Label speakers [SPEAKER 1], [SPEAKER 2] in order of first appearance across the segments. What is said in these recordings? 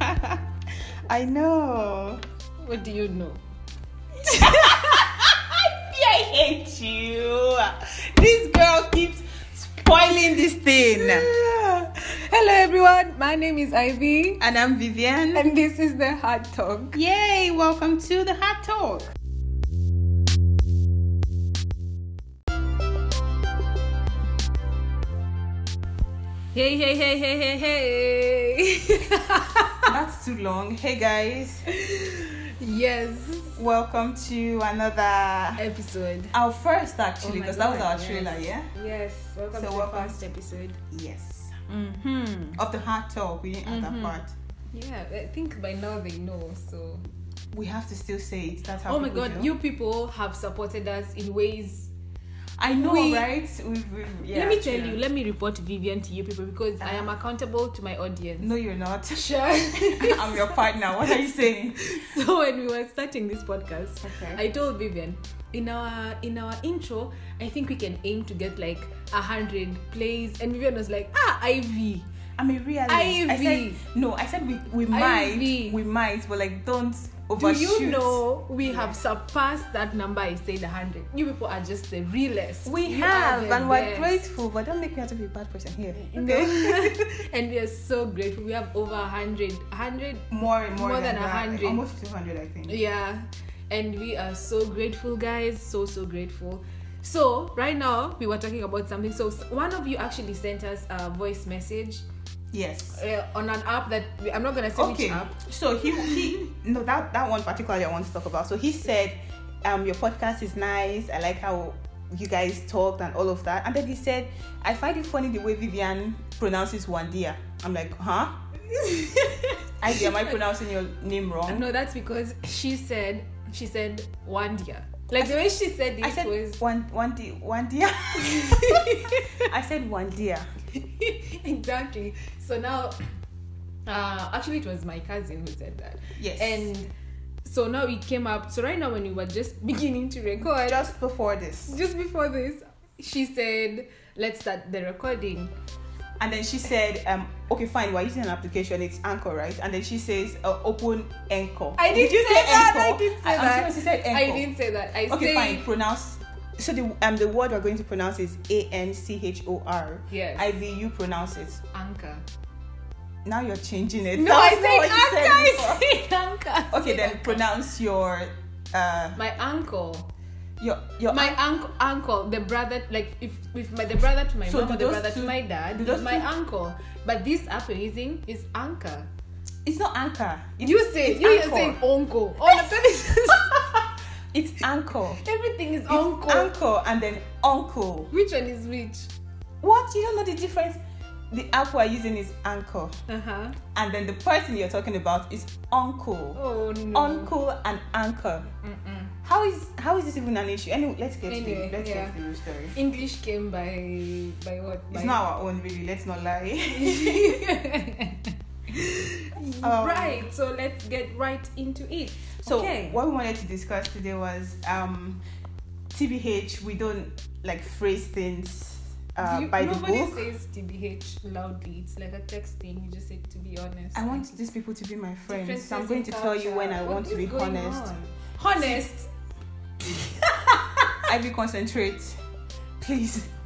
[SPEAKER 1] I know.
[SPEAKER 2] What do you know?
[SPEAKER 1] I hate you. This girl keeps spoiling this thing.
[SPEAKER 2] Hello, everyone. My name is Ivy,
[SPEAKER 1] And I'm Vivian.
[SPEAKER 2] and this is the Hard Talk.
[SPEAKER 1] Yay, welcome to the Hot Talk.
[SPEAKER 2] Hey, hey, hey, hey, hey, hey.
[SPEAKER 1] That's too long. Hey guys,
[SPEAKER 2] yes,
[SPEAKER 1] welcome to another
[SPEAKER 2] episode.
[SPEAKER 1] our first actually
[SPEAKER 2] Oh my
[SPEAKER 1] because that was
[SPEAKER 2] God,
[SPEAKER 1] our trailer, yeah?
[SPEAKER 2] Yes, welcome
[SPEAKER 1] So
[SPEAKER 2] to
[SPEAKER 1] welcome.
[SPEAKER 2] the first episode.
[SPEAKER 1] Yes.
[SPEAKER 2] Mm-hmm.
[SPEAKER 1] Of the Hot Talk, we didn't add that
[SPEAKER 2] Mhm.
[SPEAKER 1] part.
[SPEAKER 2] Yeah, I think by now they know. So,
[SPEAKER 1] We have to still say it. That's how
[SPEAKER 2] oh my
[SPEAKER 1] people
[SPEAKER 2] God,
[SPEAKER 1] do.
[SPEAKER 2] you people have supported us in ways
[SPEAKER 1] I know,
[SPEAKER 2] we-
[SPEAKER 1] right? We've, we've, yeah,
[SPEAKER 2] let me tell
[SPEAKER 1] true. Ah.
[SPEAKER 2] you, let me report Vivian to you people because I am accountable to my audience.
[SPEAKER 1] No, you're not.
[SPEAKER 2] Sure.
[SPEAKER 1] I'm your partner. What are you saying?
[SPEAKER 2] so when we were starting this podcast,
[SPEAKER 1] Okay.
[SPEAKER 2] I told Vivian in our in our intro, I think we can aim to get like a hundred plays, and Vivian was like, ah, Ivy.
[SPEAKER 1] I'm a realist. I
[SPEAKER 2] Ivy.
[SPEAKER 1] said no. I said we we
[SPEAKER 2] Ivy.
[SPEAKER 1] might we might, but like don't
[SPEAKER 2] Do
[SPEAKER 1] overshoot.
[SPEAKER 2] you know we have surpassed that number? I said a hundred. You people are just the realest.
[SPEAKER 1] we
[SPEAKER 2] You are
[SPEAKER 1] have,
[SPEAKER 2] the
[SPEAKER 1] and we're
[SPEAKER 2] best.
[SPEAKER 1] grateful. But don't make me out to be a bad person here.
[SPEAKER 2] No. and we are so grateful. We have over a hundred, a hundred
[SPEAKER 1] more more,
[SPEAKER 2] More than
[SPEAKER 1] than, that,
[SPEAKER 2] 100.
[SPEAKER 1] almost two hundred, I think.
[SPEAKER 2] Yeah, and we are so grateful, guys. So, so grateful. So, right now, we were talking about something. So, s- one of you actually sent us a voice message
[SPEAKER 1] Yes.
[SPEAKER 2] uh, on an app that we, I'm not gonna say
[SPEAKER 1] Okay.
[SPEAKER 2] which app.
[SPEAKER 1] So he he no that that one particularly I want to talk about. So he said, um, your podcast is nice. I like how you guys talked and all of that. And then he said, I find it funny the way Vivian pronounces Wandia. I'm like, huh? I am I pronouncing your name wrong?
[SPEAKER 2] No, that's because she said she said Wandia. Like the way she said it
[SPEAKER 1] I said
[SPEAKER 2] was.
[SPEAKER 1] one one di- one deer. I said one deer.
[SPEAKER 2] exactly. So now, uh, actually, it was my cousin who said that.
[SPEAKER 1] Yes.
[SPEAKER 2] And so now it came up. So right now, when we were just beginning to record,
[SPEAKER 1] Just before this,
[SPEAKER 2] just before this, she said, "Let's start the recording."
[SPEAKER 1] and then she said, um, "Okay, fine. We're using an application. It's Anchor, right?" And then she says, uh, "Open Anchor."
[SPEAKER 2] I didn't
[SPEAKER 1] you
[SPEAKER 2] say that, I
[SPEAKER 1] Anchor?
[SPEAKER 2] didn't say
[SPEAKER 1] I'm
[SPEAKER 2] that.
[SPEAKER 1] serious, she said Anchor.
[SPEAKER 2] I didn't say that. I
[SPEAKER 1] Okay,
[SPEAKER 2] said,
[SPEAKER 1] fine. Pronounce. So the um the word we're going to pronounce is A N C H O R.
[SPEAKER 2] Yes.
[SPEAKER 1] Ivy, you pronounce it.
[SPEAKER 2] "Anchor."
[SPEAKER 1] Now you're changing it.
[SPEAKER 2] No,
[SPEAKER 1] That
[SPEAKER 2] I
[SPEAKER 1] was not what you
[SPEAKER 2] said anchor.
[SPEAKER 1] before.
[SPEAKER 2] I said anchor. I
[SPEAKER 1] Okay,
[SPEAKER 2] said
[SPEAKER 1] then
[SPEAKER 2] anchor.
[SPEAKER 1] pronounce your uh
[SPEAKER 2] my uncle,
[SPEAKER 1] your your
[SPEAKER 2] my uncle, uncle, the brother, like if with my the brother to my
[SPEAKER 1] So
[SPEAKER 2] mom
[SPEAKER 1] do
[SPEAKER 2] or the
[SPEAKER 1] those
[SPEAKER 2] brother
[SPEAKER 1] two-
[SPEAKER 2] to my dad,
[SPEAKER 1] do
[SPEAKER 2] is
[SPEAKER 1] those
[SPEAKER 2] my
[SPEAKER 1] two-
[SPEAKER 2] uncle. But this app you're using is anchor.
[SPEAKER 1] It's not anchor. It's,
[SPEAKER 2] You say
[SPEAKER 1] it's
[SPEAKER 2] you
[SPEAKER 1] anchor.
[SPEAKER 2] saying uncle. All of that is
[SPEAKER 1] It's anchor.
[SPEAKER 2] everything is
[SPEAKER 1] Uncle.
[SPEAKER 2] uncle.
[SPEAKER 1] Anchor and then uncle.
[SPEAKER 2] Which one is which?
[SPEAKER 1] What? You don't know the difference? The app we're using is anchor,
[SPEAKER 2] Uh huh.
[SPEAKER 1] and then the person you're talking about is uncle.
[SPEAKER 2] Oh no.
[SPEAKER 1] Uncle and anchor.
[SPEAKER 2] Mm-mm.
[SPEAKER 1] How is how is this even an issue? Anyway, let's get to
[SPEAKER 2] Anyway,
[SPEAKER 1] the, let's
[SPEAKER 2] yeah.
[SPEAKER 1] get to the real story.
[SPEAKER 2] English came by by what?
[SPEAKER 1] It's
[SPEAKER 2] by
[SPEAKER 1] not our own, really. Let's not lie. Um,
[SPEAKER 2] right. So let's get right into it.
[SPEAKER 1] So
[SPEAKER 2] okay.
[SPEAKER 1] what we wanted to discuss today was um, TBH. We don't like phrase things uh,
[SPEAKER 2] Do you-
[SPEAKER 1] by the
[SPEAKER 2] nobody
[SPEAKER 1] book.
[SPEAKER 2] says TBH loudly. It's like a text thing. You just say to be honest.
[SPEAKER 1] I want these people to be my friends,
[SPEAKER 2] Differences
[SPEAKER 1] so I'm going to
[SPEAKER 2] in
[SPEAKER 1] tell you when I
[SPEAKER 2] culture.
[SPEAKER 1] want to
[SPEAKER 2] What
[SPEAKER 1] be
[SPEAKER 2] is going
[SPEAKER 1] honest.
[SPEAKER 2] on? Honest.
[SPEAKER 1] Ivy, concentrate, please.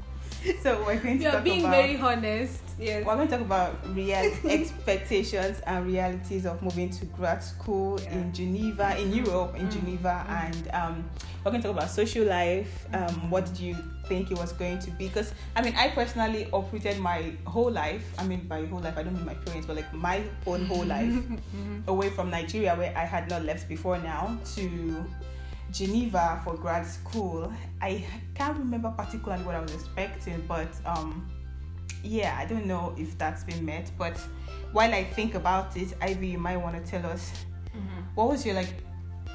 [SPEAKER 1] So we're going to
[SPEAKER 2] You are
[SPEAKER 1] talk
[SPEAKER 2] being
[SPEAKER 1] about
[SPEAKER 2] very honest. Yes.
[SPEAKER 1] we're going to talk about real expectations and realities of moving to grad school
[SPEAKER 2] Yeah.
[SPEAKER 1] in Geneva, in Europe, in
[SPEAKER 2] Mm.
[SPEAKER 1] Geneva,
[SPEAKER 2] Mm.
[SPEAKER 1] and um, we're going to talk about social life. Um,
[SPEAKER 2] Mm.
[SPEAKER 1] What did you think it was going to be? Because I mean, I personally uprooted my whole life. I mean, by whole life, I don't mean my parents, but like my own whole life
[SPEAKER 2] Mhm.
[SPEAKER 1] away from Nigeria, where I had not left before now, to Geneva for grad school. I can't remember particularly what I was expecting, but um, yeah, I don't know if that's been met. But while I think about it, Ivy, you might want to tell us
[SPEAKER 2] Mhm.
[SPEAKER 1] what was your like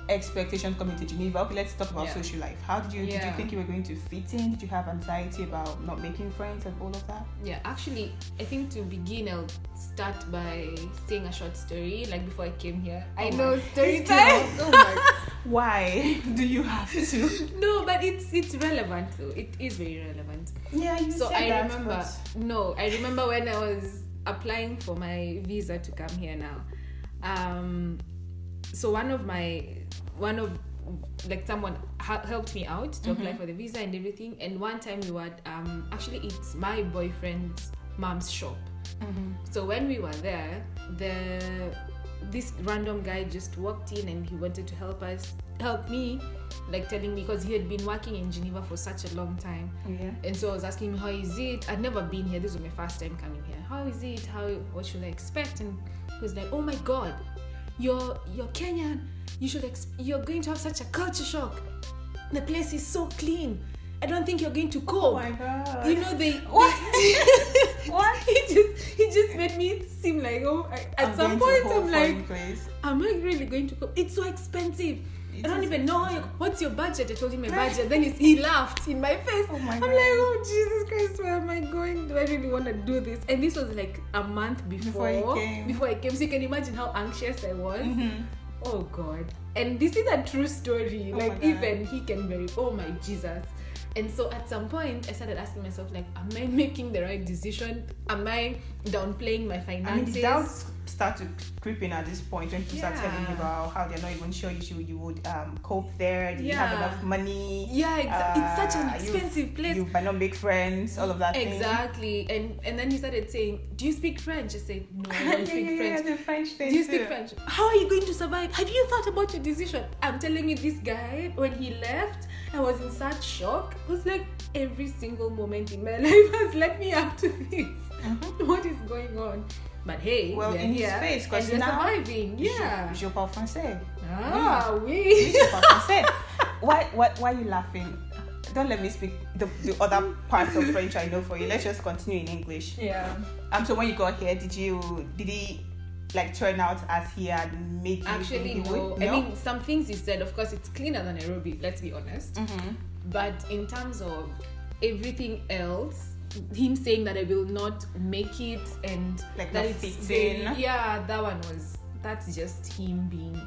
[SPEAKER 1] expectation coming to Geneva? Okay, let's talk about
[SPEAKER 2] Yeah.
[SPEAKER 1] social life. How did you did you
[SPEAKER 2] Yeah.
[SPEAKER 1] think you were going to fit in? Did you have anxiety about not making friends and all of that?
[SPEAKER 2] Yeah, actually, I think to begin, I'll start by saying a short story. Like before I came here,
[SPEAKER 1] Oh
[SPEAKER 2] I know
[SPEAKER 1] my-
[SPEAKER 2] story
[SPEAKER 1] This girl,
[SPEAKER 2] time.
[SPEAKER 1] oh my- Why do you have to?
[SPEAKER 2] No, but it's it's relevant though. It is very relevant.
[SPEAKER 1] Yeah, you
[SPEAKER 2] so
[SPEAKER 1] said
[SPEAKER 2] I
[SPEAKER 1] that,
[SPEAKER 2] remember.
[SPEAKER 1] but-
[SPEAKER 2] No, I remember when I was applying for my visa to come here now. um so one of my one of like someone ha- helped me out to
[SPEAKER 1] Mm-hmm.
[SPEAKER 2] apply for the visa and everything and one time we were at, um actually it's my boyfriend's mom's shop so when we were there the this random guy just walked in and he wanted to help us help me like telling me because he had been working in geneva for such a long time
[SPEAKER 1] Yeah.
[SPEAKER 2] and so I was asking him, how is it? I'd never been here. This was my first time coming here. How is it? How what should I expect? And he was like, oh my god, you're you're Kenyan. You should ex- you're going to have such a culture shock. The place is so clean. I don't think you're going to cope.
[SPEAKER 1] Oh my god.
[SPEAKER 2] you know they
[SPEAKER 1] What?
[SPEAKER 2] they-
[SPEAKER 1] What?
[SPEAKER 2] he just he just made me seem like oh I, at
[SPEAKER 1] I'm
[SPEAKER 2] some
[SPEAKER 1] going
[SPEAKER 2] point
[SPEAKER 1] to hope
[SPEAKER 2] I'm
[SPEAKER 1] for
[SPEAKER 2] like
[SPEAKER 1] you, please.
[SPEAKER 2] am I really going to cope? It's so expensive. I don't even know how you, what's your budget. I told him my budget. then he, he laughed in my face.
[SPEAKER 1] Oh my
[SPEAKER 2] I'm
[SPEAKER 1] God.
[SPEAKER 2] like, oh Jesus Christ, where am I going? Do I really want to do this? And this was like a month before
[SPEAKER 1] Before you came. Mm-hmm.
[SPEAKER 2] before I came. So you can imagine how anxious I was. Oh God. And this is a true story.
[SPEAKER 1] Oh my
[SPEAKER 2] like
[SPEAKER 1] God.
[SPEAKER 2] even he can very oh my Jesus. And so at some point I started asking myself like, am I making the right decision? Am I downplaying my
[SPEAKER 1] I mean,
[SPEAKER 2] finances?
[SPEAKER 1] the doubts start to creep in at this point when people start telling
[SPEAKER 2] Yeah.
[SPEAKER 1] you about how they're not even sure you should, you would um, cope there. Do you have
[SPEAKER 2] Yeah.
[SPEAKER 1] enough money?
[SPEAKER 2] yeah, exactly. it's such an
[SPEAKER 1] Uh, you-
[SPEAKER 2] expensive place.
[SPEAKER 1] You might not make friends. All of that. thing.
[SPEAKER 2] Exactly. And and then he started saying, Do you speak French? I said, No, I
[SPEAKER 1] yeah,
[SPEAKER 2] don't
[SPEAKER 1] yeah,
[SPEAKER 2] speak
[SPEAKER 1] yeah,
[SPEAKER 2] French.
[SPEAKER 1] the French thing.
[SPEAKER 2] Do you speak
[SPEAKER 1] too.
[SPEAKER 2] French? How are you going to survive? Have you thought about your decision? I'm telling you, this guy, when he left, I was in such shock. It was like every single moment in my life has led me up to this. What is going on? But hey,
[SPEAKER 1] Mm-hmm. Well,
[SPEAKER 2] we're
[SPEAKER 1] in his
[SPEAKER 2] here,
[SPEAKER 1] face, 'cause
[SPEAKER 2] and we're
[SPEAKER 1] now-
[SPEAKER 2] surviving. Yeah.
[SPEAKER 1] Je, je parle français.
[SPEAKER 2] Ah,
[SPEAKER 1] Oui,
[SPEAKER 2] we.
[SPEAKER 1] je parle français. Why, why, why are you laughing? Don't let me speak the, the other parts of French I know for you. Let's just continue in English.
[SPEAKER 2] Yeah.
[SPEAKER 1] Um. So when you got here, did you did he like turn out as he had made you
[SPEAKER 2] Actually,
[SPEAKER 1] think he
[SPEAKER 2] no.
[SPEAKER 1] would?
[SPEAKER 2] I mean, some things he said, of course, it's cleaner than Nairobi, let's be honest.
[SPEAKER 1] Mhm.
[SPEAKER 2] But in terms of everything else, him saying that I will not make it and
[SPEAKER 1] Like
[SPEAKER 2] that
[SPEAKER 1] not
[SPEAKER 2] it's
[SPEAKER 1] fit
[SPEAKER 2] the-
[SPEAKER 1] in.
[SPEAKER 2] yeah, that one was that's just him being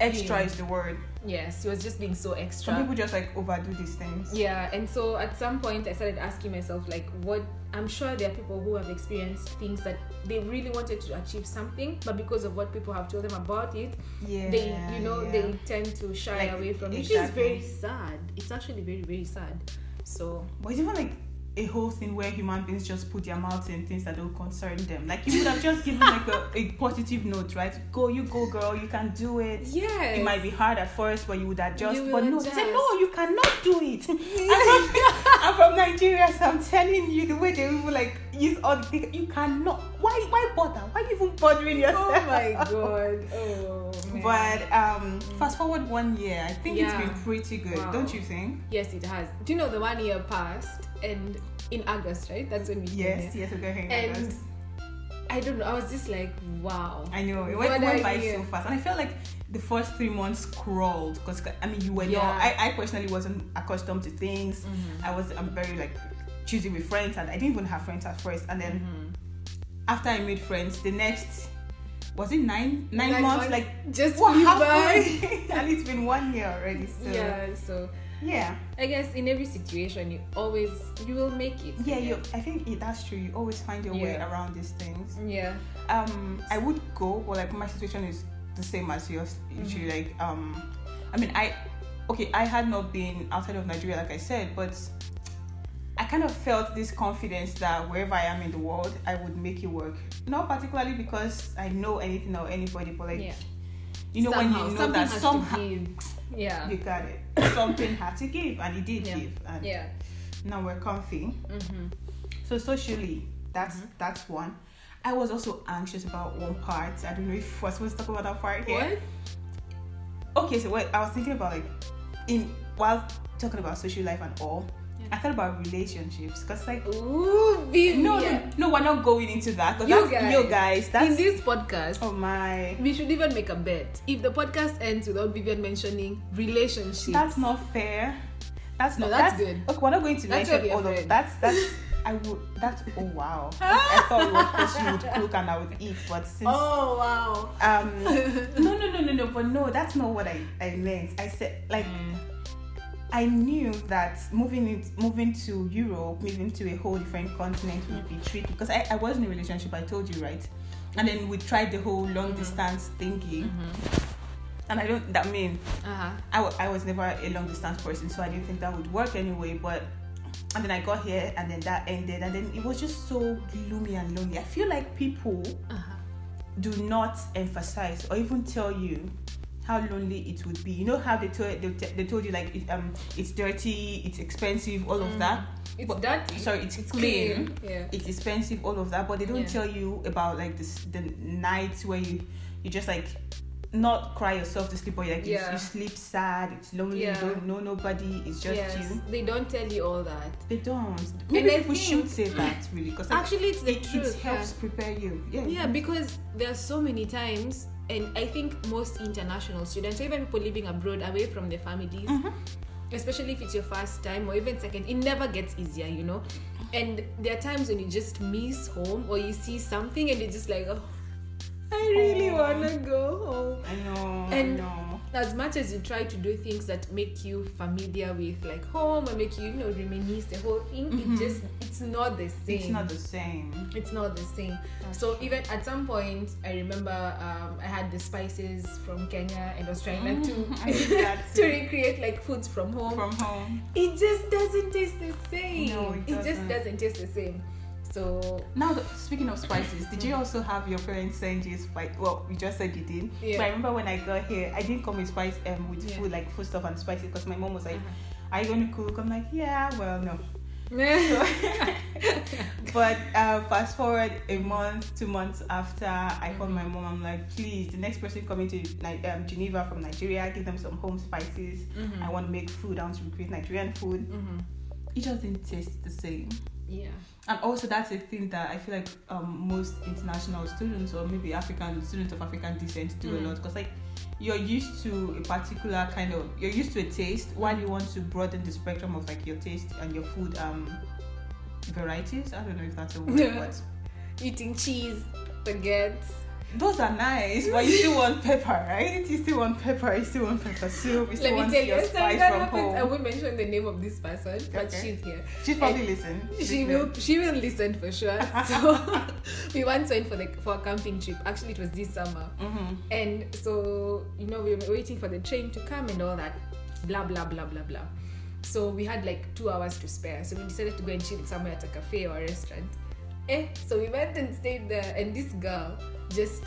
[SPEAKER 1] extra
[SPEAKER 2] Yeah.
[SPEAKER 1] is the word.
[SPEAKER 2] yes, he was just being so extra.
[SPEAKER 1] Some people just like overdo these things.
[SPEAKER 2] Yeah, and so at some point I started asking myself, like, what I'm sure there are people who have experienced things that they really wanted to achieve something, but because of what people have told them about it,
[SPEAKER 1] Yeah.
[SPEAKER 2] they you know
[SPEAKER 1] yeah.
[SPEAKER 2] they tend to shy
[SPEAKER 1] Like,
[SPEAKER 2] away from it, which is
[SPEAKER 1] exactly.
[SPEAKER 2] very sad. It's actually very very sad. So
[SPEAKER 1] But it's even like a whole thing where human beings just put their mouths in things that don't concern them. Like you would have just given like a, a positive note, right? Go, you go, girl. You can do it.
[SPEAKER 2] yeah,
[SPEAKER 1] It might be hard at first, but you would adjust.
[SPEAKER 2] You will
[SPEAKER 1] but no, they say
[SPEAKER 2] adjust.
[SPEAKER 1] no, you cannot do it. I'm, from, I'm from Nigeria, so I'm telling you the way they even like use all the things. You cannot. Why? Why bother? Why you even bothering yourself?
[SPEAKER 2] Oh my god. Oh. Man.
[SPEAKER 1] But um, fast forward one year, I think
[SPEAKER 2] Yeah.
[SPEAKER 1] it's been pretty good,
[SPEAKER 2] Wow.
[SPEAKER 1] don't you think?
[SPEAKER 2] yes, it has. Do you know the one year passed and in August, right? That's when we came
[SPEAKER 1] Yes,
[SPEAKER 2] here.
[SPEAKER 1] yes, we're going
[SPEAKER 2] And
[SPEAKER 1] August.
[SPEAKER 2] I don't know. I was just like, wow.
[SPEAKER 1] I know it went,
[SPEAKER 2] What
[SPEAKER 1] went
[SPEAKER 2] a
[SPEAKER 1] by
[SPEAKER 2] year.
[SPEAKER 1] so fast, and I felt like the first three months crawled because I mean you were not.
[SPEAKER 2] Yeah.
[SPEAKER 1] I, I personally wasn't accustomed to things.
[SPEAKER 2] Mm-hmm.
[SPEAKER 1] I was I'm very like choosy with friends, and I didn't even have friends at first. And then after I made friends, the next was it nine nine
[SPEAKER 2] Nine
[SPEAKER 1] months,
[SPEAKER 2] months
[SPEAKER 1] like
[SPEAKER 2] Just
[SPEAKER 1] what
[SPEAKER 2] flew
[SPEAKER 1] happened? and it's been one year already. So
[SPEAKER 2] by. Yeah. So
[SPEAKER 1] yeah,
[SPEAKER 2] I guess in every situation, you always you will make it. I
[SPEAKER 1] yeah. You,
[SPEAKER 2] guess.
[SPEAKER 1] I think it, that's true. You always find your way
[SPEAKER 2] Yeah.
[SPEAKER 1] around these things.
[SPEAKER 2] Yeah.
[SPEAKER 1] um i would go but like my situation is the same as yours usually
[SPEAKER 2] Mm-hmm.
[SPEAKER 1] like um i mean i okay i had not been outside of nigeria like i said but i kind of felt this confidence that wherever i am in the world i would make it work not particularly because i know anything or anybody but like
[SPEAKER 2] yeah.
[SPEAKER 1] you know
[SPEAKER 2] somehow,
[SPEAKER 1] when you know
[SPEAKER 2] something
[SPEAKER 1] that
[SPEAKER 2] has
[SPEAKER 1] somehow
[SPEAKER 2] to give. Yeah.
[SPEAKER 1] you got it something had to give and it did
[SPEAKER 2] Yeah.
[SPEAKER 1] give and
[SPEAKER 2] Yeah.
[SPEAKER 1] now we're comfy
[SPEAKER 2] Mm-hmm.
[SPEAKER 1] so socially, that's that's one. I was also anxious about one part. I don't know if we're supposed to talk about that part here.
[SPEAKER 2] What?
[SPEAKER 1] Okay, so what I was thinking about like in while talking about social life and all,
[SPEAKER 2] Yeah.
[SPEAKER 1] I thought about relationships because like
[SPEAKER 2] Ooh, baby.
[SPEAKER 1] no,
[SPEAKER 2] yeah.
[SPEAKER 1] no, no, we're not going into that. 'cause
[SPEAKER 2] You
[SPEAKER 1] that's,
[SPEAKER 2] guys.
[SPEAKER 1] you guys,
[SPEAKER 2] in
[SPEAKER 1] that's
[SPEAKER 2] this podcast,
[SPEAKER 1] oh my,
[SPEAKER 2] we should even make a bet. If the podcast ends without Vivian mentioning relationship,
[SPEAKER 1] that's not fair. That's
[SPEAKER 2] Mm. No,
[SPEAKER 1] not
[SPEAKER 2] that's good.
[SPEAKER 1] Okay, we're not going to
[SPEAKER 2] That's what we
[SPEAKER 1] mention
[SPEAKER 2] are
[SPEAKER 1] all
[SPEAKER 2] doing.
[SPEAKER 1] of that's that's. I would. That's oh wow. I thought it was because you would cook and I would eat, but since
[SPEAKER 2] oh wow, Mm.
[SPEAKER 1] um no no no no no but no that's not what i i meant i said like I knew that moving it, moving to Europe, moving to a whole different continent would be tricky because I, I was in a relationship. I told you right, and then we tried the whole long distance thingy, and I don't. That mean
[SPEAKER 2] Uh-huh.
[SPEAKER 1] I wa- I was never a long distance person, so I didn't think that would work anyway. But and then I got here, and then that ended, and then it was just so gloomy and lonely. I feel like people
[SPEAKER 2] Uh-huh.
[SPEAKER 1] do not emphasize or even tell you how lonely it would be. You know how they told they, t- they told you like it, um it's dirty, it's expensive, all of that.
[SPEAKER 2] Mm. It's
[SPEAKER 1] But-
[SPEAKER 2] dirty.
[SPEAKER 1] Sorry, it's,
[SPEAKER 2] It's
[SPEAKER 1] clean.
[SPEAKER 2] clean. Yeah.
[SPEAKER 1] It's expensive, all of that, but they don't
[SPEAKER 2] Yeah.
[SPEAKER 1] tell you about like this the nights where you you just like not cry yourself to sleep, but like you,
[SPEAKER 2] Yeah.
[SPEAKER 1] you sleep sad. It's lonely.
[SPEAKER 2] Yeah.
[SPEAKER 1] You don't know nobody. It's just
[SPEAKER 2] yes.
[SPEAKER 1] you.
[SPEAKER 2] They don't tell you all that.
[SPEAKER 1] They don't. Maybe
[SPEAKER 2] I
[SPEAKER 1] people should say that really, because like,
[SPEAKER 2] Actually, it's the
[SPEAKER 1] it,
[SPEAKER 2] truth.
[SPEAKER 1] it helps prepare you. Yeah.
[SPEAKER 2] Yeah, because there are so many times, and I think most international students, or even people living abroad away from their families, especially if it's your first time or even second, it never gets easier, you know. And there are times when you just miss home or you see something and you're just like, oh, I really
[SPEAKER 1] Aw.
[SPEAKER 2] wanna go home.
[SPEAKER 1] I know.
[SPEAKER 2] And-
[SPEAKER 1] I know.
[SPEAKER 2] As much as you try to do things that make you familiar with like home or make you, you know, reminisce the whole thing, it just it's not the same.
[SPEAKER 1] It's not the same.
[SPEAKER 2] it's not the same. So even at some point, I remember um, I had the spices from Kenya and was trying like,
[SPEAKER 1] Mm-hmm. I did that
[SPEAKER 2] to to recreate like foods from home.
[SPEAKER 1] Mm. From home.
[SPEAKER 2] it just doesn't taste the same.
[SPEAKER 1] No, it doesn't.
[SPEAKER 2] just doesn't taste the same. So
[SPEAKER 1] Now, th- speaking of spices, did you also have your parents send you spice? Well, you just said you did.
[SPEAKER 2] Yeah.
[SPEAKER 1] But I remember when I got here, I didn't come with spice um, with
[SPEAKER 2] Yeah.
[SPEAKER 1] food like food stuff and spices because my mom was like,
[SPEAKER 2] Uh-huh.
[SPEAKER 1] "Are you gonna cook?" I'm like, "Yeah, well, no." Uh-huh. But uh, fast forward a month, two months after, I called my mom. I'm like, "Please, the next person coming to Ni- um, Geneva from Nigeria, give them some home spices. I want to make food. I want to recreate Nigerian food."
[SPEAKER 2] Mhm.
[SPEAKER 1] Mm-hmm. It just didn't taste the same.
[SPEAKER 2] yeah,
[SPEAKER 1] And also, that's a thing that I feel like um, most international students or maybe African students of African descent do
[SPEAKER 2] Mm.
[SPEAKER 1] a lot because, like, you're used to a particular kind of you're used to a taste while you want to broaden the spectrum of like your taste and your food um varieties. I don't know if that's a word,
[SPEAKER 2] Yeah.
[SPEAKER 1] but
[SPEAKER 2] eating cheese, baguettes.
[SPEAKER 1] those are nice. But you still want pepper, right? You still want pepper. You still want pepper soup. You still
[SPEAKER 2] Let
[SPEAKER 1] want
[SPEAKER 2] me tell you
[SPEAKER 1] your
[SPEAKER 2] a story
[SPEAKER 1] spice
[SPEAKER 2] that
[SPEAKER 1] from
[SPEAKER 2] happens. I
[SPEAKER 1] home.
[SPEAKER 2] won't mention the name of this person, but
[SPEAKER 1] Okay.
[SPEAKER 2] she's here.
[SPEAKER 1] She's probably listen.
[SPEAKER 2] She will she will listen for sure. So we once went for the for a camping trip. Actually it was this summer.
[SPEAKER 1] Mm-hmm.
[SPEAKER 2] And so, you know, we were waiting for the train to come and all that. Blah blah blah blah blah. So we had like two hours to spare. So we decided to go and chill somewhere at a cafe or a restaurant. Eh, so we went and stayed there and this girl just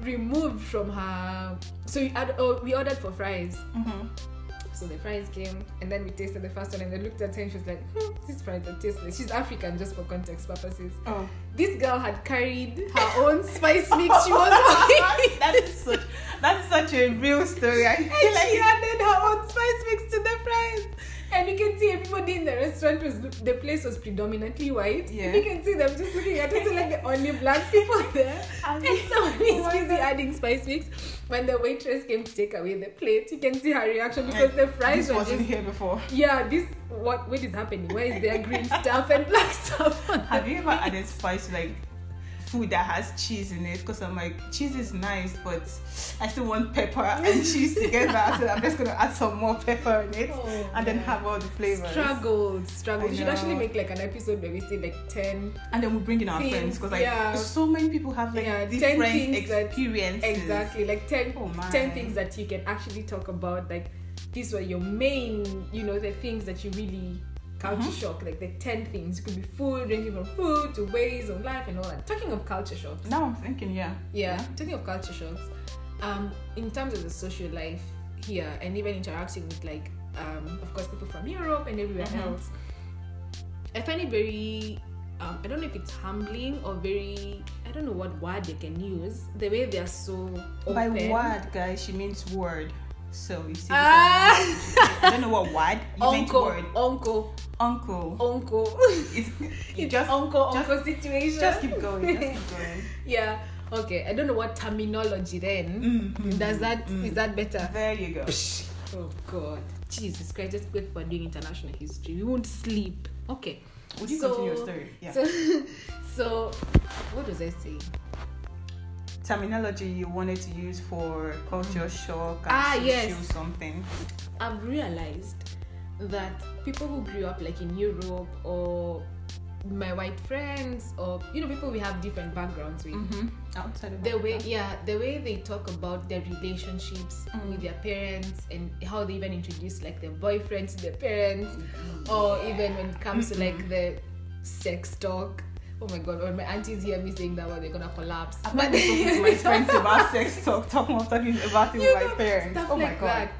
[SPEAKER 2] removed from her so we, had, oh, we ordered for fries
[SPEAKER 1] Mm-hmm.
[SPEAKER 2] so the fries came, and then we tasted the first one, and I looked at her and she was like, hmm, "These fries are tasteless." She's African, just for context purposes.
[SPEAKER 1] Oh.
[SPEAKER 2] This girl had carried her own spice mix. She was making.
[SPEAKER 1] that is such that is such a real story. I feel
[SPEAKER 2] And
[SPEAKER 1] like
[SPEAKER 2] she added her own spice mix to the fries. And you can see everybody in the restaurant was the place was predominantly white.
[SPEAKER 1] Yeah.
[SPEAKER 2] And you can see them just looking at us like the only black people there.
[SPEAKER 1] I
[SPEAKER 2] and
[SPEAKER 1] mean,
[SPEAKER 2] someone is
[SPEAKER 1] what
[SPEAKER 2] busy
[SPEAKER 1] the-
[SPEAKER 2] adding spice mix. When the waitress came to take away the plate, you can see her reaction because the
[SPEAKER 1] this
[SPEAKER 2] fries were
[SPEAKER 1] wasn't
[SPEAKER 2] just
[SPEAKER 1] here before.
[SPEAKER 2] yeah, this what what is happening? Where is their green stuff and black stuff?
[SPEAKER 1] Have you ever added spice to like food that has cheese in it? Because I'm like, cheese is nice, but I still want pepper and cheese together, so I'm just gonna add some more pepper in it
[SPEAKER 2] Oh,
[SPEAKER 1] and then
[SPEAKER 2] yeah.
[SPEAKER 1] have all the flavors.
[SPEAKER 2] Struggled, struggled.
[SPEAKER 1] I
[SPEAKER 2] We should actually
[SPEAKER 1] know.
[SPEAKER 2] make like an episode where we see like ten
[SPEAKER 1] And then we bring in our
[SPEAKER 2] Things,
[SPEAKER 1] friends because like
[SPEAKER 2] yeah.
[SPEAKER 1] so many people have like
[SPEAKER 2] Yeah, 10
[SPEAKER 1] different
[SPEAKER 2] things that-
[SPEAKER 1] experiences.
[SPEAKER 2] exactly like 10,
[SPEAKER 1] Oh my.
[SPEAKER 2] 10 things that you can actually talk about. Like these were your main, you know, the things that you really culture
[SPEAKER 1] Uh-huh.
[SPEAKER 2] shock. Like the ten things. It could be food, ranging from food to ways of life and all that. Talking of culture shock.
[SPEAKER 1] Now I'm thinking, yeah.
[SPEAKER 2] yeah talking of culture shocks um in terms of the social life here and even interacting with like um of course people from europe and everywhere
[SPEAKER 1] Mhm.
[SPEAKER 2] else i find it very um, i don't know if it's humbling or very i don't know what word they can use the way they are so open.
[SPEAKER 1] By word, guys, she means word. So you see,
[SPEAKER 2] Ah!
[SPEAKER 1] this is- I don't know what word you meant
[SPEAKER 2] uncle
[SPEAKER 1] word.
[SPEAKER 2] uncle
[SPEAKER 1] Uncle.
[SPEAKER 2] uncle
[SPEAKER 1] It's, you
[SPEAKER 2] it's
[SPEAKER 1] just
[SPEAKER 2] uncle
[SPEAKER 1] just-
[SPEAKER 2] uncle situation
[SPEAKER 1] just keep going. Just keep going.
[SPEAKER 2] yeah okay i don't know what terminology then
[SPEAKER 1] Mm,
[SPEAKER 2] does that is that better
[SPEAKER 1] There you go.
[SPEAKER 2] Oh God, Jesus Christ! Just wait for doing international history. We won't sleep. Okay.
[SPEAKER 1] Would you
[SPEAKER 2] So-
[SPEAKER 1] continue your story? Yeah.
[SPEAKER 2] So, so what was I saying?
[SPEAKER 1] Terminology you wanted to use for culture shock and
[SPEAKER 2] Ah,
[SPEAKER 1] social
[SPEAKER 2] yes.
[SPEAKER 1] something.
[SPEAKER 2] I've realized that people who grew up like in Europe or my white friends or you know people we have different backgrounds with
[SPEAKER 1] Mm-hmm. Outside of
[SPEAKER 2] the way
[SPEAKER 1] Africa.
[SPEAKER 2] yeah the way they talk about their relationships
[SPEAKER 1] Mm.
[SPEAKER 2] with their parents and how they even introduce like their boyfriends to their parents
[SPEAKER 1] Mm-hmm.
[SPEAKER 2] or even when it comes to like the sex talk oh my god when my aunties hear me saying that one they're gonna collapse
[SPEAKER 1] I've not been talking to my friends about sex talk, talking about talking about it
[SPEAKER 2] You
[SPEAKER 1] with my
[SPEAKER 2] know,
[SPEAKER 1] parents.
[SPEAKER 2] stuff
[SPEAKER 1] oh my
[SPEAKER 2] like
[SPEAKER 1] god.
[SPEAKER 2] that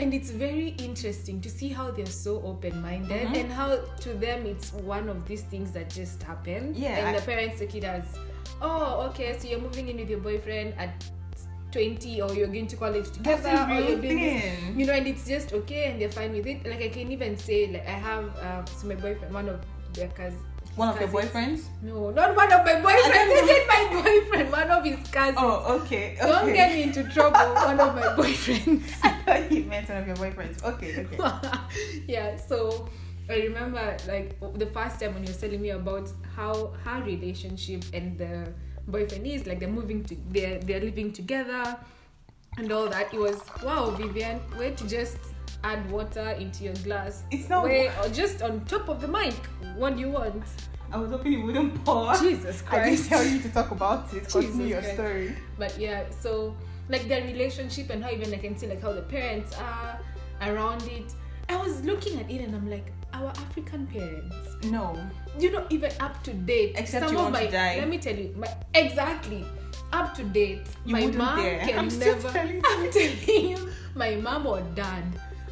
[SPEAKER 2] and it's very interesting to see how they're so open-minded
[SPEAKER 1] Mm-hmm.
[SPEAKER 2] and how to them it's one of these things that just happened
[SPEAKER 1] Yeah,
[SPEAKER 2] and
[SPEAKER 1] I-
[SPEAKER 2] the parents took it as oh okay so you're moving in with your boyfriend at 20 or you're going to college
[SPEAKER 1] That's
[SPEAKER 2] together
[SPEAKER 1] a
[SPEAKER 2] or
[SPEAKER 1] real
[SPEAKER 2] you're doing this
[SPEAKER 1] thing.
[SPEAKER 2] you know and it's just okay and they're fine with it like i can even say like i have um so my boyfriend one of their cousins
[SPEAKER 1] One of your
[SPEAKER 2] cousins-
[SPEAKER 1] boyfriends?
[SPEAKER 2] no not one of my boyfriends
[SPEAKER 1] don't
[SPEAKER 2] this is my boyfriend one of his cousins
[SPEAKER 1] Oh, okay. okay.
[SPEAKER 2] don't get me into trouble one of my boyfriends
[SPEAKER 1] I thought you meant one of your boyfriends. Okay, okay.
[SPEAKER 2] yeah so i remember like the first time when you were telling me about how her relationship and the boyfriend is like they're moving to they're they're living together and all that it was wow vivian way to just add water into your glass
[SPEAKER 1] It's not-
[SPEAKER 2] way or just on top of the mic what do you want
[SPEAKER 1] I was hoping you wouldn't pour.
[SPEAKER 2] jesus christ
[SPEAKER 1] I didn't tell you to talk about it. Continue
[SPEAKER 2] Jesus
[SPEAKER 1] your
[SPEAKER 2] Christ.
[SPEAKER 1] story.
[SPEAKER 2] but yeah so like their relationship and how even i can see like how the parents are around it i was looking at it and i'm like our african parents
[SPEAKER 1] No.
[SPEAKER 2] you know even up to date
[SPEAKER 1] Except
[SPEAKER 2] some
[SPEAKER 1] you
[SPEAKER 2] of
[SPEAKER 1] want
[SPEAKER 2] my
[SPEAKER 1] to die.
[SPEAKER 2] let me tell you my exactly up to date
[SPEAKER 1] You
[SPEAKER 2] my
[SPEAKER 1] wouldn't
[SPEAKER 2] mom
[SPEAKER 1] dare.
[SPEAKER 2] can
[SPEAKER 1] I'm still
[SPEAKER 2] never
[SPEAKER 1] telling you.
[SPEAKER 2] i'm telling you my mom or dad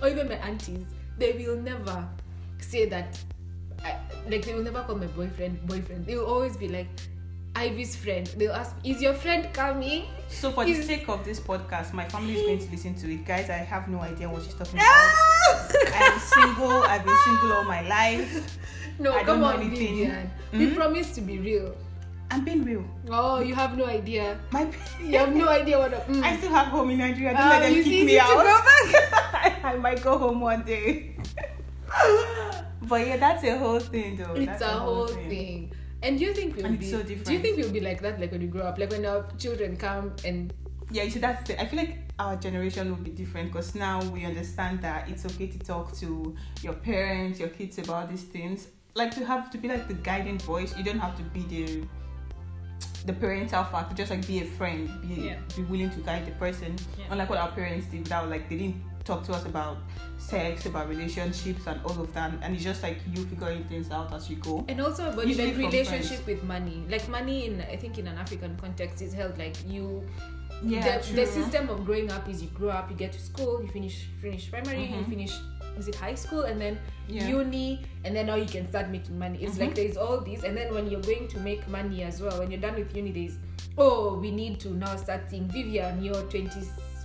[SPEAKER 2] or even my aunties they will never say that I, like they will never call my boyfriend boyfriend they will always be like ivy's friend they'll ask is your friend coming
[SPEAKER 1] So for the
[SPEAKER 2] Is-
[SPEAKER 1] sake of this podcast, my family is going to listen to it. Guys, I have no idea what she's
[SPEAKER 2] Ah!
[SPEAKER 1] talking about. I'm single. I've been single all my life.
[SPEAKER 2] no,
[SPEAKER 1] I
[SPEAKER 2] come
[SPEAKER 1] don't know
[SPEAKER 2] on,
[SPEAKER 1] anything.
[SPEAKER 2] Vivian. We
[SPEAKER 1] Hmm?
[SPEAKER 2] promise to be real.
[SPEAKER 1] I'm being real.
[SPEAKER 2] Oh, you have no idea.
[SPEAKER 1] My
[SPEAKER 2] You have no idea what. A, mm.
[SPEAKER 1] I still have home in Nigeria. Don't
[SPEAKER 2] Oh,
[SPEAKER 1] let them
[SPEAKER 2] you
[SPEAKER 1] kick
[SPEAKER 2] see,
[SPEAKER 1] me
[SPEAKER 2] you need to
[SPEAKER 1] out.
[SPEAKER 2] go
[SPEAKER 1] I might go home one day. but yeah, that's a whole thing, though.
[SPEAKER 2] it's
[SPEAKER 1] That's
[SPEAKER 2] a whole thing. And do you think we'll
[SPEAKER 1] And
[SPEAKER 2] be?
[SPEAKER 1] it's so
[SPEAKER 2] Do you
[SPEAKER 1] different.
[SPEAKER 2] think we'll be like that, like when we grow up, like when our children come and
[SPEAKER 1] Yeah, you see, that's the. I feel like our generation will be different because now we understand that it's okay to talk to your parents, your kids about these things. Like to have to be like the guiding voice. You don't have to be the the parental factor. Just like be a friend, be
[SPEAKER 2] Yeah.
[SPEAKER 1] be willing to guide the person.
[SPEAKER 2] Yeah.
[SPEAKER 1] Unlike what our parents did, that were like they didn't talk to us about sex, about relationships, and all of that. And it's just like you figuring things out as you go.
[SPEAKER 2] and also about
[SPEAKER 1] Usually
[SPEAKER 2] even
[SPEAKER 1] from
[SPEAKER 2] relationship with money. Like money in I think in an African context is held like you.
[SPEAKER 1] Yeah,
[SPEAKER 2] the,
[SPEAKER 1] true.
[SPEAKER 2] the system of growing up is you grow up, you get to school, you finish finish primary, you
[SPEAKER 1] Mhm.
[SPEAKER 2] finish is it high school, and then
[SPEAKER 1] Yeah.
[SPEAKER 2] uni and then now you can start making money it's like there's all these and then when you're going to make money as well when you're done with uni there's oh we need to now start seeing vivian you're 20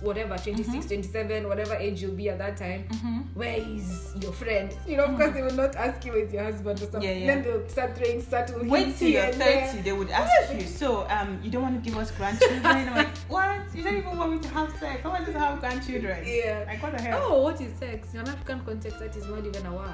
[SPEAKER 2] whatever 26 27 whatever age you'll be at that time
[SPEAKER 1] Mhm.
[SPEAKER 2] where is your friend you know of course they will not ask you with your husband or something
[SPEAKER 1] Yeah, yeah.
[SPEAKER 2] then they'll start throwing subtle
[SPEAKER 1] Wait
[SPEAKER 2] hints
[SPEAKER 1] till
[SPEAKER 2] here
[SPEAKER 1] you're
[SPEAKER 2] and there.
[SPEAKER 1] 30, they would ask you, so um, you don't want to give us grandchildren? I'm like, what? You don't even want me to have sex. I want us to have grandchildren.
[SPEAKER 2] yeah
[SPEAKER 1] Like, what the hell?
[SPEAKER 2] oh what is sex in an african context that is not even a word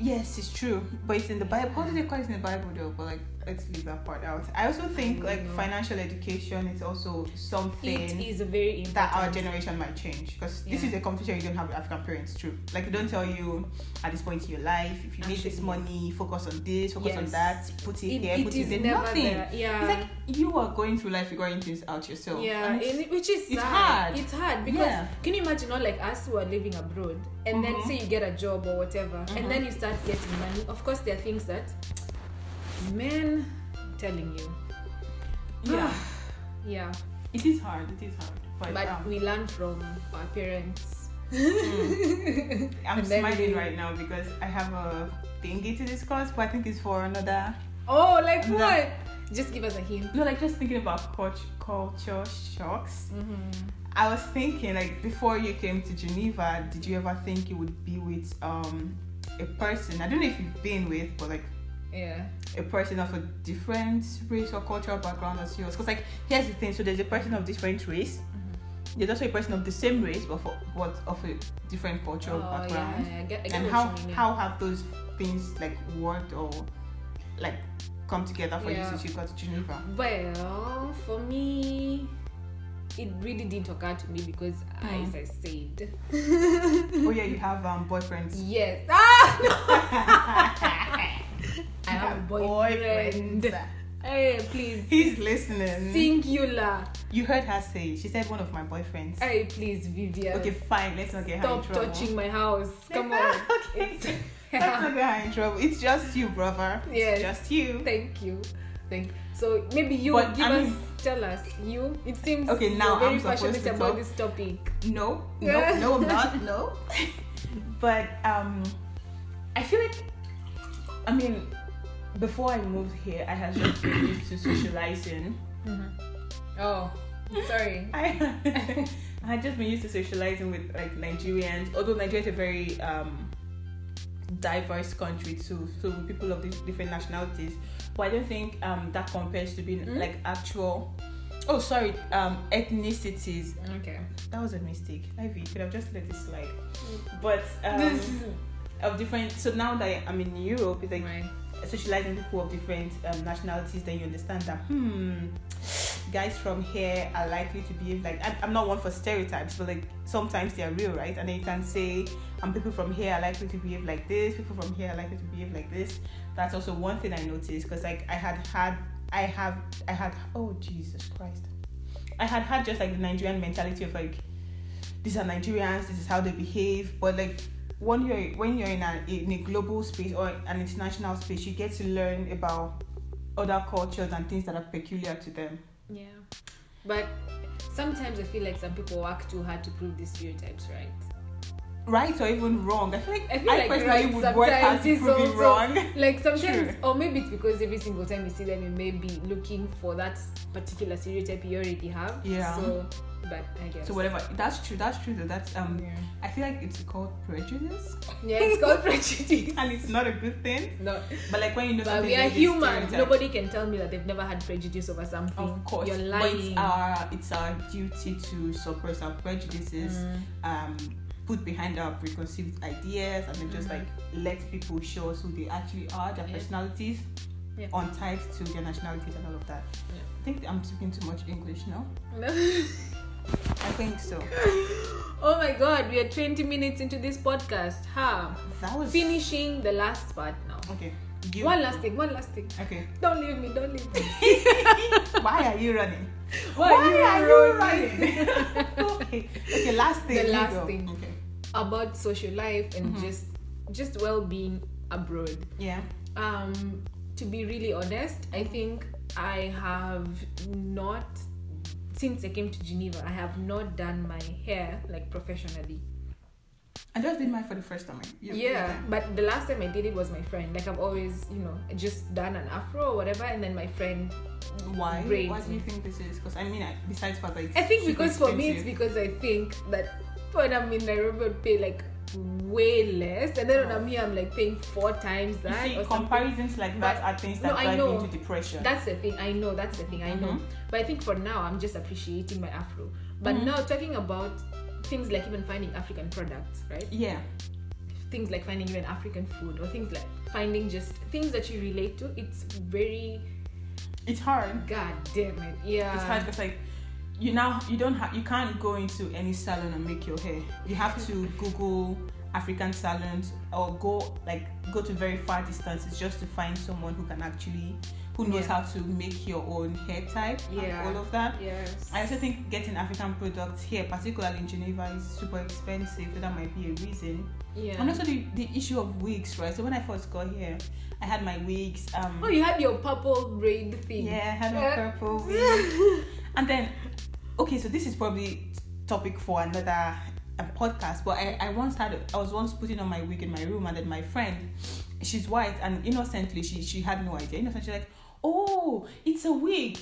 [SPEAKER 1] Yes, it's true. But it's in the Bible. How do they call it in the Bible, though? But, like, let's leave that part out. I also think,
[SPEAKER 2] don't
[SPEAKER 1] like,
[SPEAKER 2] know.
[SPEAKER 1] financial education is also
[SPEAKER 2] it
[SPEAKER 1] something
[SPEAKER 2] is a very important
[SPEAKER 1] that our generation might change. Because this
[SPEAKER 2] Yeah.
[SPEAKER 1] is a conversation you don't have with African parents, true. Like, they don't tell you at this point in your life, if you need this
[SPEAKER 2] Actually.
[SPEAKER 1] money, focus on this, focus on
[SPEAKER 2] Yes.
[SPEAKER 1] that, put it,
[SPEAKER 2] It-
[SPEAKER 1] here,
[SPEAKER 2] it
[SPEAKER 1] put
[SPEAKER 2] is
[SPEAKER 1] it there.
[SPEAKER 2] never
[SPEAKER 1] Nothing.
[SPEAKER 2] there yeah
[SPEAKER 1] It's like you are going through life figuring things out yourself.
[SPEAKER 2] Yeah,
[SPEAKER 1] And
[SPEAKER 2] and it- which is
[SPEAKER 1] it's
[SPEAKER 2] sad.
[SPEAKER 1] hard.
[SPEAKER 2] It's hard because
[SPEAKER 1] Yeah.
[SPEAKER 2] can you imagine not like us who are living abroad and then
[SPEAKER 1] Mhm.
[SPEAKER 2] say you get a job or whatever and
[SPEAKER 1] Mm-hmm.
[SPEAKER 2] then you start getting money. Of course, there are things that men I'm telling you.
[SPEAKER 1] yeah,
[SPEAKER 2] Yeah,
[SPEAKER 1] it is hard. It is hard. But,
[SPEAKER 2] but
[SPEAKER 1] um,
[SPEAKER 2] we learn from our parents.
[SPEAKER 1] mm. I'm
[SPEAKER 2] and then
[SPEAKER 1] smiling
[SPEAKER 2] we-
[SPEAKER 1] right now because I have a thingy to discuss, but I think it's for another.
[SPEAKER 2] Oh, like
[SPEAKER 1] And
[SPEAKER 2] what?
[SPEAKER 1] then-
[SPEAKER 2] Just give us a hint.
[SPEAKER 1] No, like just thinking about cult- culture shocks.
[SPEAKER 2] Mm-hmm.
[SPEAKER 1] I was thinking, like, before you came to Geneva, did you ever think you would be with um a person? I don't know if you've been with, but like.
[SPEAKER 2] Yeah.
[SPEAKER 1] a person of a different race or cultural background as yours. Because like here's the thing: so there's a person of different race.
[SPEAKER 2] Mm-hmm.
[SPEAKER 1] There's also a person of the same race, but for but of a different cultural
[SPEAKER 2] Oh, yeah.
[SPEAKER 1] background.
[SPEAKER 2] I get, I get
[SPEAKER 1] and
[SPEAKER 2] what
[SPEAKER 1] how
[SPEAKER 2] you mean.
[SPEAKER 1] how have those things like worked or like come together for you
[SPEAKER 2] Yeah.
[SPEAKER 1] since you got to Geneva?
[SPEAKER 2] Well, for me, it really didn't occur to me because
[SPEAKER 1] Mm.
[SPEAKER 2] as I said,
[SPEAKER 1] Oh yeah, you have um boyfriends.
[SPEAKER 2] yes. Ah, I have a boyfriend.
[SPEAKER 1] Boyfriends.
[SPEAKER 2] Hey, please.
[SPEAKER 1] He's listening.
[SPEAKER 2] Singular.
[SPEAKER 1] You heard her say. She said one of my boyfriends.
[SPEAKER 2] Hey, please, Vivian.
[SPEAKER 1] Okay, fine. Let's not get her in
[SPEAKER 2] Stop
[SPEAKER 1] trouble.
[SPEAKER 2] touching my house. Come on.
[SPEAKER 1] okay.
[SPEAKER 2] It's-
[SPEAKER 1] Let's not get her in trouble. It's just you, brother. It's
[SPEAKER 2] Yes.
[SPEAKER 1] just you.
[SPEAKER 2] Thank you. Thank you. So maybe you
[SPEAKER 1] But,
[SPEAKER 2] give
[SPEAKER 1] I
[SPEAKER 2] us
[SPEAKER 1] mean-
[SPEAKER 2] tell us you. It seems
[SPEAKER 1] Okay,
[SPEAKER 2] you're
[SPEAKER 1] now
[SPEAKER 2] very
[SPEAKER 1] I'm supposed
[SPEAKER 2] passionate
[SPEAKER 1] to
[SPEAKER 2] about
[SPEAKER 1] talk.
[SPEAKER 2] this topic.
[SPEAKER 1] No, no, no, I'm not. No. but um, I feel like, I mean, before I moved here, I had just been used to socializing. Mm-hmm.
[SPEAKER 2] Oh, sorry.
[SPEAKER 1] I, I had just been used to socializing with like Nigerians, although Nigeria is a very um, diverse country too, so with people of dif- different nationalities. But I don't think um, that compares to being
[SPEAKER 2] Mm.
[SPEAKER 1] like actual. Oh, sorry, um, ethnicities.
[SPEAKER 2] Okay.
[SPEAKER 1] That was a mistake. Ivy, you could have just let it slide. But um, of different. So now that I'm in Europe, it's like
[SPEAKER 2] right.
[SPEAKER 1] socializing people of different um, nationalities, then you understand that hmm, guys from here are likely to behave like I, I'm not one for stereotypes, but like sometimes they are real, right? And then you can say, um, people from here are likely to behave like this. People from here are likely to behave like this. That's also one thing I noticed because like I had had I have I had oh Jesus Christ, I had had just like the Nigerian mentality of like these are Nigerians, this is how they behave, but like when you're when you're in a in a global space or an international space, you get to learn about other cultures and things that are peculiar to them.
[SPEAKER 2] Yeah. But sometimes I feel like some people work too hard to prove these stereotypes right.
[SPEAKER 1] Right or even wrong. I feel like I,
[SPEAKER 2] I feel like
[SPEAKER 1] personally
[SPEAKER 2] right
[SPEAKER 1] would work hard
[SPEAKER 2] sometimes
[SPEAKER 1] to
[SPEAKER 2] is
[SPEAKER 1] prove it
[SPEAKER 2] also-
[SPEAKER 1] wrong.
[SPEAKER 2] Like sometimes,
[SPEAKER 1] True.
[SPEAKER 2] or maybe it's because every single time you see them, you may be looking for that particular stereotype you already have.
[SPEAKER 1] Yeah.
[SPEAKER 2] So, but I guess.
[SPEAKER 1] So whatever. That's true, that's true though. That's um
[SPEAKER 2] Yeah.
[SPEAKER 1] I feel like it's called prejudice.
[SPEAKER 2] yeah, it's called prejudice.
[SPEAKER 1] And it's not a good thing.
[SPEAKER 2] No,
[SPEAKER 1] But like when you know
[SPEAKER 2] but
[SPEAKER 1] something
[SPEAKER 2] we are
[SPEAKER 1] there's a
[SPEAKER 2] humans.
[SPEAKER 1] stereotype.
[SPEAKER 2] Nobody can tell me that they've never had prejudice over something.
[SPEAKER 1] of course.
[SPEAKER 2] you're
[SPEAKER 1] But it's
[SPEAKER 2] lying.
[SPEAKER 1] our it's our duty to suppress our prejudices.
[SPEAKER 2] Mm.
[SPEAKER 1] um, put behind our preconceived ideas and then just
[SPEAKER 2] Mhm.
[SPEAKER 1] like let people show us who they actually are, their
[SPEAKER 2] Yeah.
[SPEAKER 1] personalities,
[SPEAKER 2] Yeah.
[SPEAKER 1] on tied to their nationalities and all of that.
[SPEAKER 2] Yeah.
[SPEAKER 1] I think I'm speaking too much English, no?
[SPEAKER 2] Mm.
[SPEAKER 1] I think so.
[SPEAKER 2] oh my god, we are 20 minutes into this podcast. Ha!
[SPEAKER 1] That was
[SPEAKER 2] Finishing the last part now.
[SPEAKER 1] Okay. You.
[SPEAKER 2] One last thing, one last thing.
[SPEAKER 1] Okay.
[SPEAKER 2] Don't leave me, don't leave me.
[SPEAKER 1] Why are you running?
[SPEAKER 2] Why,
[SPEAKER 1] okay. Okay. Last thing.
[SPEAKER 2] The
[SPEAKER 1] you
[SPEAKER 2] last
[SPEAKER 1] go.
[SPEAKER 2] thing.
[SPEAKER 1] Okay.
[SPEAKER 2] About social life and
[SPEAKER 1] Mhm.
[SPEAKER 2] just just well being abroad.
[SPEAKER 1] Yeah.
[SPEAKER 2] Um, to be really honest, I think I have not since I came to Geneva. I have not done my hair like professionally.
[SPEAKER 1] I just did mine for the first time. You-
[SPEAKER 2] yeah but the last time i did it was my friend like i've always you know just done an afro or whatever and then my friend
[SPEAKER 1] Why?
[SPEAKER 2] Braids.
[SPEAKER 1] Why do you think this is? Because I mean, I- besides for like.
[SPEAKER 2] i think
[SPEAKER 1] super
[SPEAKER 2] because for me it's
[SPEAKER 1] expensive.
[SPEAKER 2] because i think that when i'm in nairobi i'd pay like way less and then when i'm here i'm like paying four times
[SPEAKER 1] You
[SPEAKER 2] that
[SPEAKER 1] see,
[SPEAKER 2] or something.
[SPEAKER 1] comparisons like that are things that
[SPEAKER 2] No, I
[SPEAKER 1] drive
[SPEAKER 2] know.
[SPEAKER 1] into depression.
[SPEAKER 2] that's the thing i know that's the thing i know
[SPEAKER 1] Mhm.
[SPEAKER 2] but i think for now i'm just appreciating my afro but
[SPEAKER 1] Mhm.
[SPEAKER 2] now talking about things like even finding african products right
[SPEAKER 1] yeah,
[SPEAKER 2] things like finding even african food or things like finding just things that you relate to it's very
[SPEAKER 1] it's hard.
[SPEAKER 2] God damn it. Yeah.
[SPEAKER 1] It's hard because like you now you don't have you can't go into any salon and make your hair. You have to Google African salons or go like go to very far distances just to find someone who can actually who knows
[SPEAKER 2] Yeah.
[SPEAKER 1] how to make your own hair type
[SPEAKER 2] Yeah.
[SPEAKER 1] and all of that.
[SPEAKER 2] Yes.
[SPEAKER 1] I also think getting African products here, particularly in Geneva, is super expensive. So that might be a reason.
[SPEAKER 2] yeah.
[SPEAKER 1] And also the, the issue of wigs, right? So when I first got here, I had my wigs. Um,
[SPEAKER 2] oh, you had your purple braid thing.
[SPEAKER 1] Yeah, I had my
[SPEAKER 2] Yeah.
[SPEAKER 1] purple wig. and then, okay, so this is probably topic for another uh podcast. But I, I once had, I was once putting on my wig in my room, and then my friend, she's white, and innocently she she had no idea. Innocently, she's like, oh, it's a wig.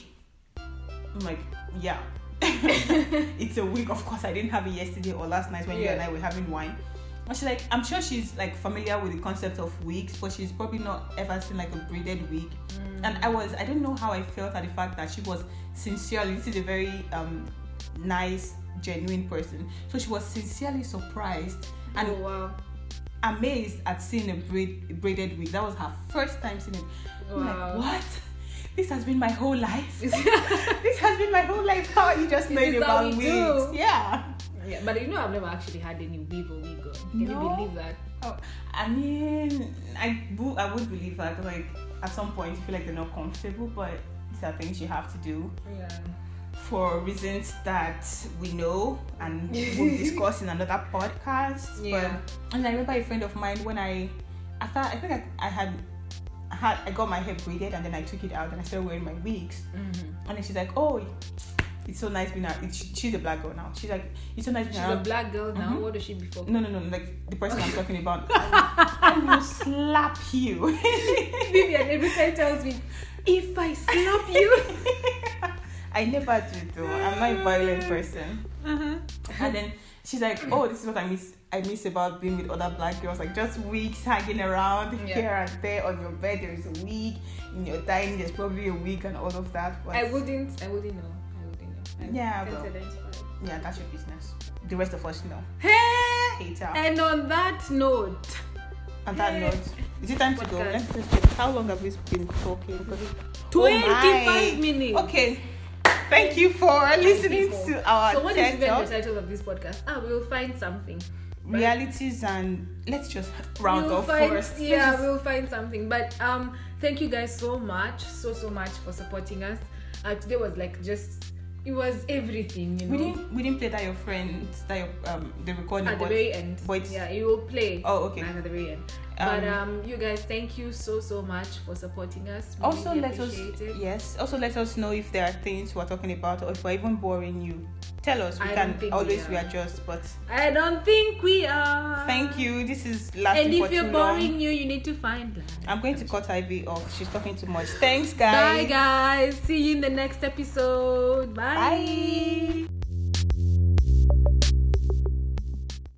[SPEAKER 1] I'm like, yeah. it's a wig. Of course, I didn't have it yesterday or last night when you
[SPEAKER 2] Yeah.
[SPEAKER 1] and I were having wine. And she's like, I'm sure she's like familiar with the concept of wigs, but she's probably not ever seen like a braided wig
[SPEAKER 2] Mm.
[SPEAKER 1] and I was I don't know how I felt at the fact that she was sincerely this is a very um nice genuine person so she was sincerely surprised and
[SPEAKER 2] oh, wow.
[SPEAKER 1] amazed at seeing a braid, braided wig that was her first time seeing it I'm like,
[SPEAKER 2] Wow.
[SPEAKER 1] what this has been my whole life. this has been my whole life. How are you just knowing
[SPEAKER 2] is how
[SPEAKER 1] about
[SPEAKER 2] we
[SPEAKER 1] wigs?
[SPEAKER 2] do.
[SPEAKER 1] Yeah.
[SPEAKER 2] Yeah, but you know, I've never actually had any weave or wig on. Can you
[SPEAKER 1] No.
[SPEAKER 2] believe that?
[SPEAKER 1] Oh, I mean, I bo- I would believe that. but, Like at some point, you feel like they're not comfortable, but these are things you have to do
[SPEAKER 2] Yeah.
[SPEAKER 1] for reasons that we know and we'll discuss in another podcast.
[SPEAKER 2] Yeah.
[SPEAKER 1] But and I remember a friend of mine when I after I think I, I had I had I got my hair braided and then I took it out and I started wearing my wigs.
[SPEAKER 2] Mm-hmm.
[SPEAKER 1] And then she's like, "Oh, it's so nice being around." It's, she's a black girl now. She's like, "It's so nice being
[SPEAKER 2] She's
[SPEAKER 1] around."
[SPEAKER 2] a black girl now.
[SPEAKER 1] Mhm.
[SPEAKER 2] What was she before?
[SPEAKER 1] no, no, no, like the person I'm talking about. I will slap you.
[SPEAKER 2] Vivian every time tells me, if I slap you.
[SPEAKER 1] I never do though. I'm not a violent person.
[SPEAKER 2] uh-huh.
[SPEAKER 1] And then she's like, "Oh, this is what I miss. I miss about being with other black girls. Like just wigs hanging around
[SPEAKER 2] Yeah.
[SPEAKER 1] here and there. On your bed there is a wig. In your dining there's probably a wig and all of that. But
[SPEAKER 2] I wouldn't. I wouldn't know. I wouldn't know. I
[SPEAKER 1] Yeah,
[SPEAKER 2] can't
[SPEAKER 1] well.
[SPEAKER 2] identify.
[SPEAKER 1] yeah, that's your business. The rest of us know.
[SPEAKER 2] Hey!
[SPEAKER 1] Hater.
[SPEAKER 2] And on that note,
[SPEAKER 1] Oh On that
[SPEAKER 2] Hey.
[SPEAKER 1] note, is it time to go?
[SPEAKER 2] Podcast.
[SPEAKER 1] Let's just check. How long have we been talking? Because- Oh
[SPEAKER 2] 25
[SPEAKER 1] my.
[SPEAKER 2] minutes.
[SPEAKER 1] Okay. Thank you for listening
[SPEAKER 2] people.
[SPEAKER 1] to our
[SPEAKER 2] So what is
[SPEAKER 1] TED
[SPEAKER 2] even the
[SPEAKER 1] Talk.
[SPEAKER 2] title of this podcast? Ah, we'll find something.
[SPEAKER 1] realities and let's just round
[SPEAKER 2] we'll
[SPEAKER 1] off
[SPEAKER 2] find,
[SPEAKER 1] first.
[SPEAKER 2] Yeah,
[SPEAKER 1] Let's
[SPEAKER 2] we'll find something. But um, thank you guys so much, so so much for supporting us. Uh, today was like just it was everything. You
[SPEAKER 1] just-
[SPEAKER 2] know,
[SPEAKER 1] we didn't we didn't play that your friends that your um the recording
[SPEAKER 2] at the
[SPEAKER 1] but
[SPEAKER 2] very end.
[SPEAKER 1] but-
[SPEAKER 2] yeah, you will play.
[SPEAKER 1] oh okay.
[SPEAKER 2] At the very end. but
[SPEAKER 1] Um,
[SPEAKER 2] um, you guys, thank you so so much for supporting us. We
[SPEAKER 1] also
[SPEAKER 2] really
[SPEAKER 1] let us
[SPEAKER 2] appreciate it.
[SPEAKER 1] yes also let us know if there are things we're talking about or if we're even boring you. Tell us we
[SPEAKER 2] I don't
[SPEAKER 1] can
[SPEAKER 2] think we
[SPEAKER 1] always
[SPEAKER 2] are.
[SPEAKER 1] readjust. But
[SPEAKER 2] I don't think we are.
[SPEAKER 1] thank you. This is last.
[SPEAKER 2] And
[SPEAKER 1] for
[SPEAKER 2] if you're
[SPEAKER 1] too
[SPEAKER 2] boring,
[SPEAKER 1] long.
[SPEAKER 2] you you need to find. love.
[SPEAKER 1] I'm going to cut Ivy off. She's talking too much. Thanks,
[SPEAKER 2] Bye guys. See you in the next episode. Bye.
[SPEAKER 1] Bye.